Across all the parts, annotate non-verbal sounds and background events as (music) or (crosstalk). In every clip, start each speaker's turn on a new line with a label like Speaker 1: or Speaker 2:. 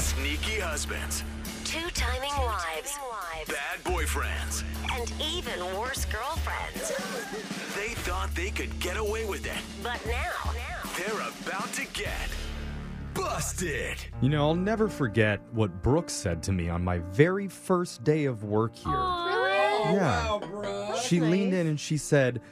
Speaker 1: Sneaky husbands,
Speaker 2: Two timing wives
Speaker 1: bad boyfriends.
Speaker 2: and even worse girlfriends.
Speaker 1: They thought they could get away with it.
Speaker 2: But now,
Speaker 1: They're about to get busted.
Speaker 3: You know, I'll never forget what Brooke said to me on my very first day of work here. Yeah.
Speaker 4: Oh, Wow, bro.
Speaker 3: she leaned in and she said,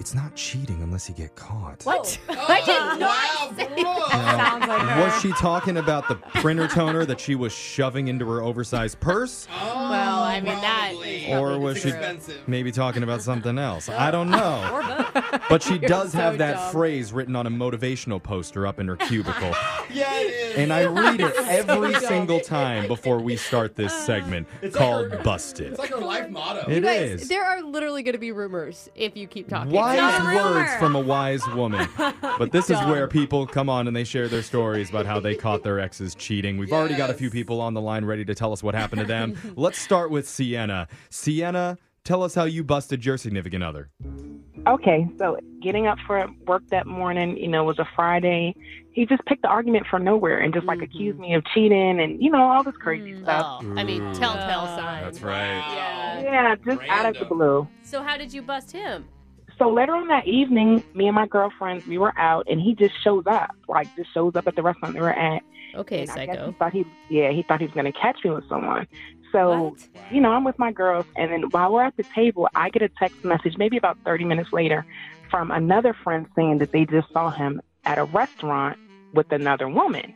Speaker 3: It's not cheating unless you get caught.
Speaker 5: What? (laughs)
Speaker 4: Oh, wow, bro.
Speaker 5: Sounds like her.
Speaker 3: Was she talking about the printer toner that she was shoving into her oversized purse?
Speaker 5: Well, I mean that.
Speaker 4: Probably.
Speaker 3: Or was
Speaker 4: It's
Speaker 3: she
Speaker 4: expensive.
Speaker 3: maybe talking about something else? I
Speaker 4: (laughs)
Speaker 3: don't know.
Speaker 5: both.
Speaker 3: But she does
Speaker 5: so
Speaker 3: have that
Speaker 5: dumb.
Speaker 3: phrase written on a motivational poster up in her cubicle.
Speaker 4: (laughs) Yeah, it is.
Speaker 3: And I read
Speaker 4: (laughs)
Speaker 3: it every single time before we start this segment
Speaker 4: Uh, It's like
Speaker 3: called
Speaker 4: her-
Speaker 3: Busted.
Speaker 4: it's like her life motto.
Speaker 3: It
Speaker 6: Guys,
Speaker 3: is.
Speaker 6: There are literally going to be rumors if you keep talking.
Speaker 3: Wise
Speaker 6: It's not a rumor.
Speaker 3: words from a wise
Speaker 4: (laughs)
Speaker 3: woman. But this is where people come on and they share their stories about how they caught their exes cheating. We've already got a few
Speaker 4: Yes.
Speaker 3: people on the line ready to tell us what happened to
Speaker 4: (laughs)
Speaker 3: them. Let's start with Sienna. Sienna, tell us how you busted your significant other.
Speaker 7: Okay, so getting up for work that morning, you know, was a Friday. He just picked the argument from nowhere and just like accused me of cheating and, you know, all this crazy stuff.
Speaker 5: Oh, I mean, telltale
Speaker 6: Uh,
Speaker 5: sign.
Speaker 3: right.
Speaker 5: Yeah.
Speaker 7: Yeah, just out of the
Speaker 4: Random.
Speaker 7: blue.
Speaker 6: So how did you bust him?
Speaker 7: So later on that evening, me and my girlfriends, we were out and he just shows up, like just shows up at the restaurant we were at.
Speaker 6: Okay,
Speaker 7: and I guess he
Speaker 6: psycho.
Speaker 7: thought he, yeah, he thought he was going to catch me with someone. So,
Speaker 6: What?
Speaker 7: you know, I'm with my girls, and then while we're at the table, I get a text message maybe about 30 minutes later from another friend saying that they just saw him at a restaurant with another woman.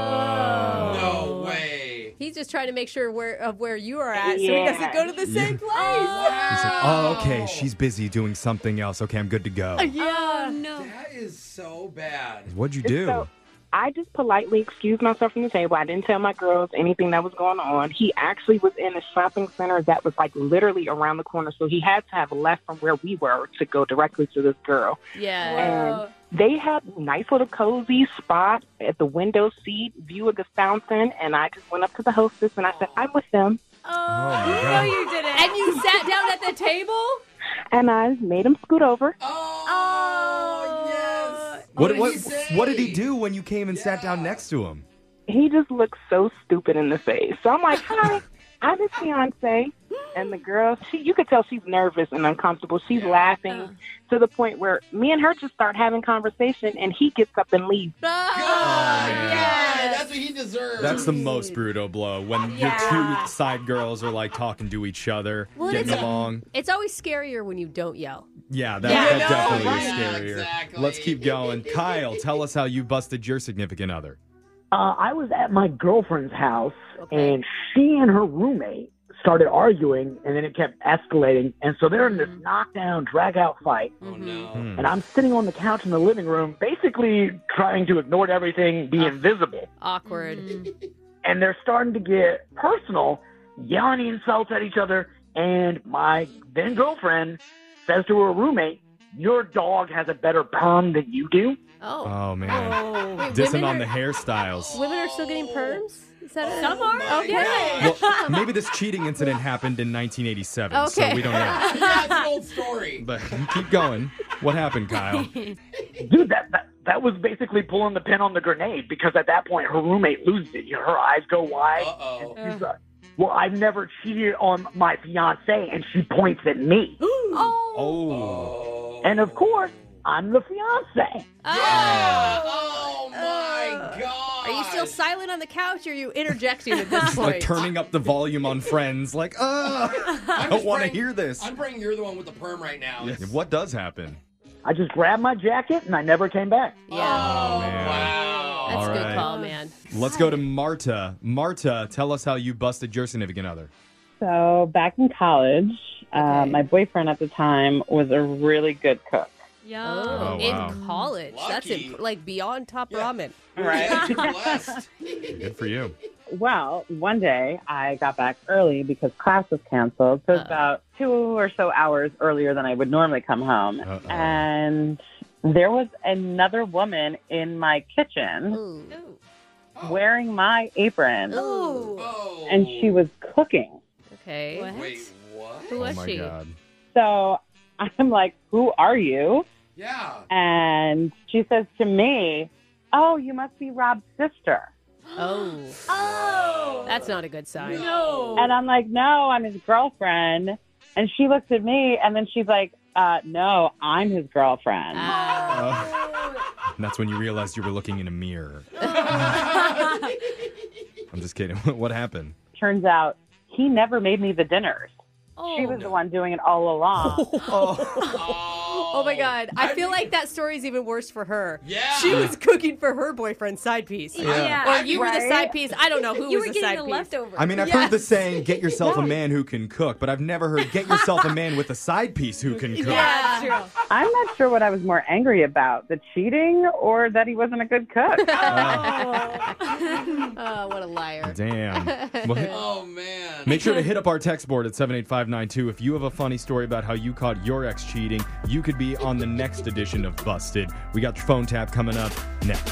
Speaker 6: Oh.
Speaker 4: No way.
Speaker 6: He's just trying to make sure where of where you are at,
Speaker 7: Yeah.
Speaker 6: so he doesn't go to the
Speaker 3: Yeah.
Speaker 6: same place.
Speaker 4: Wow.
Speaker 3: Oh, okay. She's busy doing something else. Okay, I'm good to go.
Speaker 6: Yeah. Oh, no.
Speaker 4: That is so bad.
Speaker 3: What'd you do?
Speaker 7: So I just politely excused myself from the table. I didn't tell my girls anything that was going on. He actually was in a shopping center that was like literally around the corner, so he had to have left from where we were to go directly to this girl.
Speaker 3: Oh,
Speaker 6: Yeah.
Speaker 7: They had nice little cozy spot at the window seat, view of the fountain, and I just went up to the hostess and I said, "I'm with them."
Speaker 3: my
Speaker 6: Oh, you know
Speaker 3: God.
Speaker 6: you did it. And you sat down at the (laughs) table?
Speaker 7: and I made him scoot over.
Speaker 4: Oh,
Speaker 6: Oh,
Speaker 4: yes.
Speaker 3: What,
Speaker 4: did
Speaker 3: what,
Speaker 4: he say?
Speaker 3: what did he do when you came and sat down
Speaker 4: Yeah.
Speaker 3: next to him?
Speaker 7: He just looked so stupid in the face. So I'm like, hi, I'm his fiance. And the girl, she, you could tell she's nervous and uncomfortable. She's laughing to the point where me and her just start having conversation, and he gets up and leaves.
Speaker 4: God,
Speaker 3: Oh, man.
Speaker 4: yeah. That's what he deserves.
Speaker 3: That's the most brutal blow when your two side girls are like talking to each other,
Speaker 6: Well,
Speaker 3: getting
Speaker 6: it's-
Speaker 3: along.
Speaker 6: It's always scarier when you don't yell.
Speaker 3: Yeah, that,
Speaker 6: Yeah,
Speaker 3: that
Speaker 4: no,
Speaker 3: definitely
Speaker 4: yeah,
Speaker 3: is scarier.
Speaker 4: exactly.
Speaker 3: Let's keep
Speaker 6: (laughs)
Speaker 3: going. Kyle, tell us how you busted your significant other.
Speaker 8: Uh, I was at my girlfriend's house,
Speaker 6: Okay.
Speaker 8: and she and her roommate started arguing, and then it kept escalating. And so they're in this knockdown, drag out fight.
Speaker 4: Oh, no.
Speaker 3: Hmm.
Speaker 8: And I'm sitting on the couch in the living room, basically trying to ignore everything, be invisible.
Speaker 5: Awkward.
Speaker 8: And they're starting to get personal, yelling insults at each other. And my then girlfriend says to her roommate, Your dog has a better perm than you do.
Speaker 6: Oh.
Speaker 3: Oh, man.
Speaker 6: Wait,
Speaker 3: Dissing
Speaker 6: women
Speaker 3: on
Speaker 6: are,
Speaker 3: the
Speaker 6: (laughs)
Speaker 3: hairstyles.
Speaker 6: Women are still getting perms? Is that it?
Speaker 5: Some are.
Speaker 4: my
Speaker 6: Okay.
Speaker 3: Well, maybe this cheating incident happened in 1987, so
Speaker 6: Okay.
Speaker 3: we don't know.
Speaker 4: Yeah, it's an old story.
Speaker 3: But keep going. What happened, Kyle?
Speaker 8: dude, that, that that was basically pulling the pin on the grenade because at that point her roommate loses it. You know, her eyes go wide.
Speaker 4: Uh-oh.
Speaker 8: and she's like, well, I've never cheated on my fiance, and she points at me.
Speaker 3: Oh.
Speaker 4: Oh.
Speaker 8: and of course, I'm the fiance.
Speaker 4: Yeah. Oh, my God.
Speaker 6: Uh, Are you still silent on the couch or are you interjecting at this
Speaker 3: It's (laughs) like
Speaker 6: point?
Speaker 3: turning up the volume on friends. Like, ah, I don't want to hear this.
Speaker 4: I'm praying you're the one with the perm right now.
Speaker 3: Yeah, What does happen?
Speaker 8: I just grabbed my jacket and I never came back.
Speaker 6: yeah.
Speaker 4: Oh,
Speaker 3: man.
Speaker 4: wow.
Speaker 3: All
Speaker 6: That's a good
Speaker 3: right.
Speaker 6: call, man.
Speaker 3: Let's go to Marta. Marta, tell us how you busted your significant other.
Speaker 9: So back in college, uh,
Speaker 6: Okay.
Speaker 9: my boyfriend at the time was a really good cook.
Speaker 3: Oh, wow.
Speaker 6: In college. That's
Speaker 4: Lucky.
Speaker 6: imp- like beyond top
Speaker 4: Yeah.
Speaker 6: ramen.
Speaker 4: Right.
Speaker 6: (laughs)
Speaker 4: Blessed.
Speaker 3: Good for you.
Speaker 9: Well, one day I got back early because class was canceled. So it was about two or so hours earlier than I would normally come home.
Speaker 3: Uh-oh.
Speaker 8: Uh,
Speaker 9: And there was another woman in my kitchen
Speaker 6: Ooh.
Speaker 9: wearing my apron,
Speaker 6: Ooh.
Speaker 4: Oh.
Speaker 9: and she was cooking.
Speaker 6: Okay.
Speaker 4: Wait, what?
Speaker 6: Who was
Speaker 3: oh my
Speaker 6: she?
Speaker 3: god.
Speaker 9: So I'm like, "Who are you?"
Speaker 6: (laughs)
Speaker 4: Yeah.
Speaker 9: And she says to me, "Oh, you must be Rob's sister."
Speaker 6: Oh.
Speaker 5: (gasps)
Speaker 6: That's not a good sign.
Speaker 9: And I'm like, no, I'm his girlfriend. And she looks at me and then she's like, uh, no, I'm his girlfriend.
Speaker 5: Ah.
Speaker 3: And Uh, that's when you realized you were looking in a mirror. I'm just kidding. (laughs) what happened?
Speaker 9: Turns out he never made me the dinners. she was the one doing it all along.
Speaker 6: Oh my god. I feel like that story is even worse for her.
Speaker 4: Yeah.
Speaker 6: She was cooking for her boyfriend's side piece.
Speaker 3: Yeah.
Speaker 6: Or you were the side piece. I don't know who
Speaker 5: you
Speaker 6: was
Speaker 5: were
Speaker 6: the side
Speaker 5: getting the
Speaker 6: piece.
Speaker 5: leftovers.
Speaker 3: I mean, I've heard the saying, get yourself a man who can cook, but I've never heard, get yourself a man with a side piece who can cook.
Speaker 6: Ah.
Speaker 5: Yeah, that's true.
Speaker 9: I'm not sure what I was more angry about the cheating or that he wasn't a good cook.
Speaker 6: Oh, what a liar.
Speaker 3: Damn. Well, hit-
Speaker 4: Oh man.
Speaker 3: make sure to hit up our text board at 78592 if you have a funny story about how you caught your ex cheating. You could be on the next edition of Busted. We got your phone tap coming up next.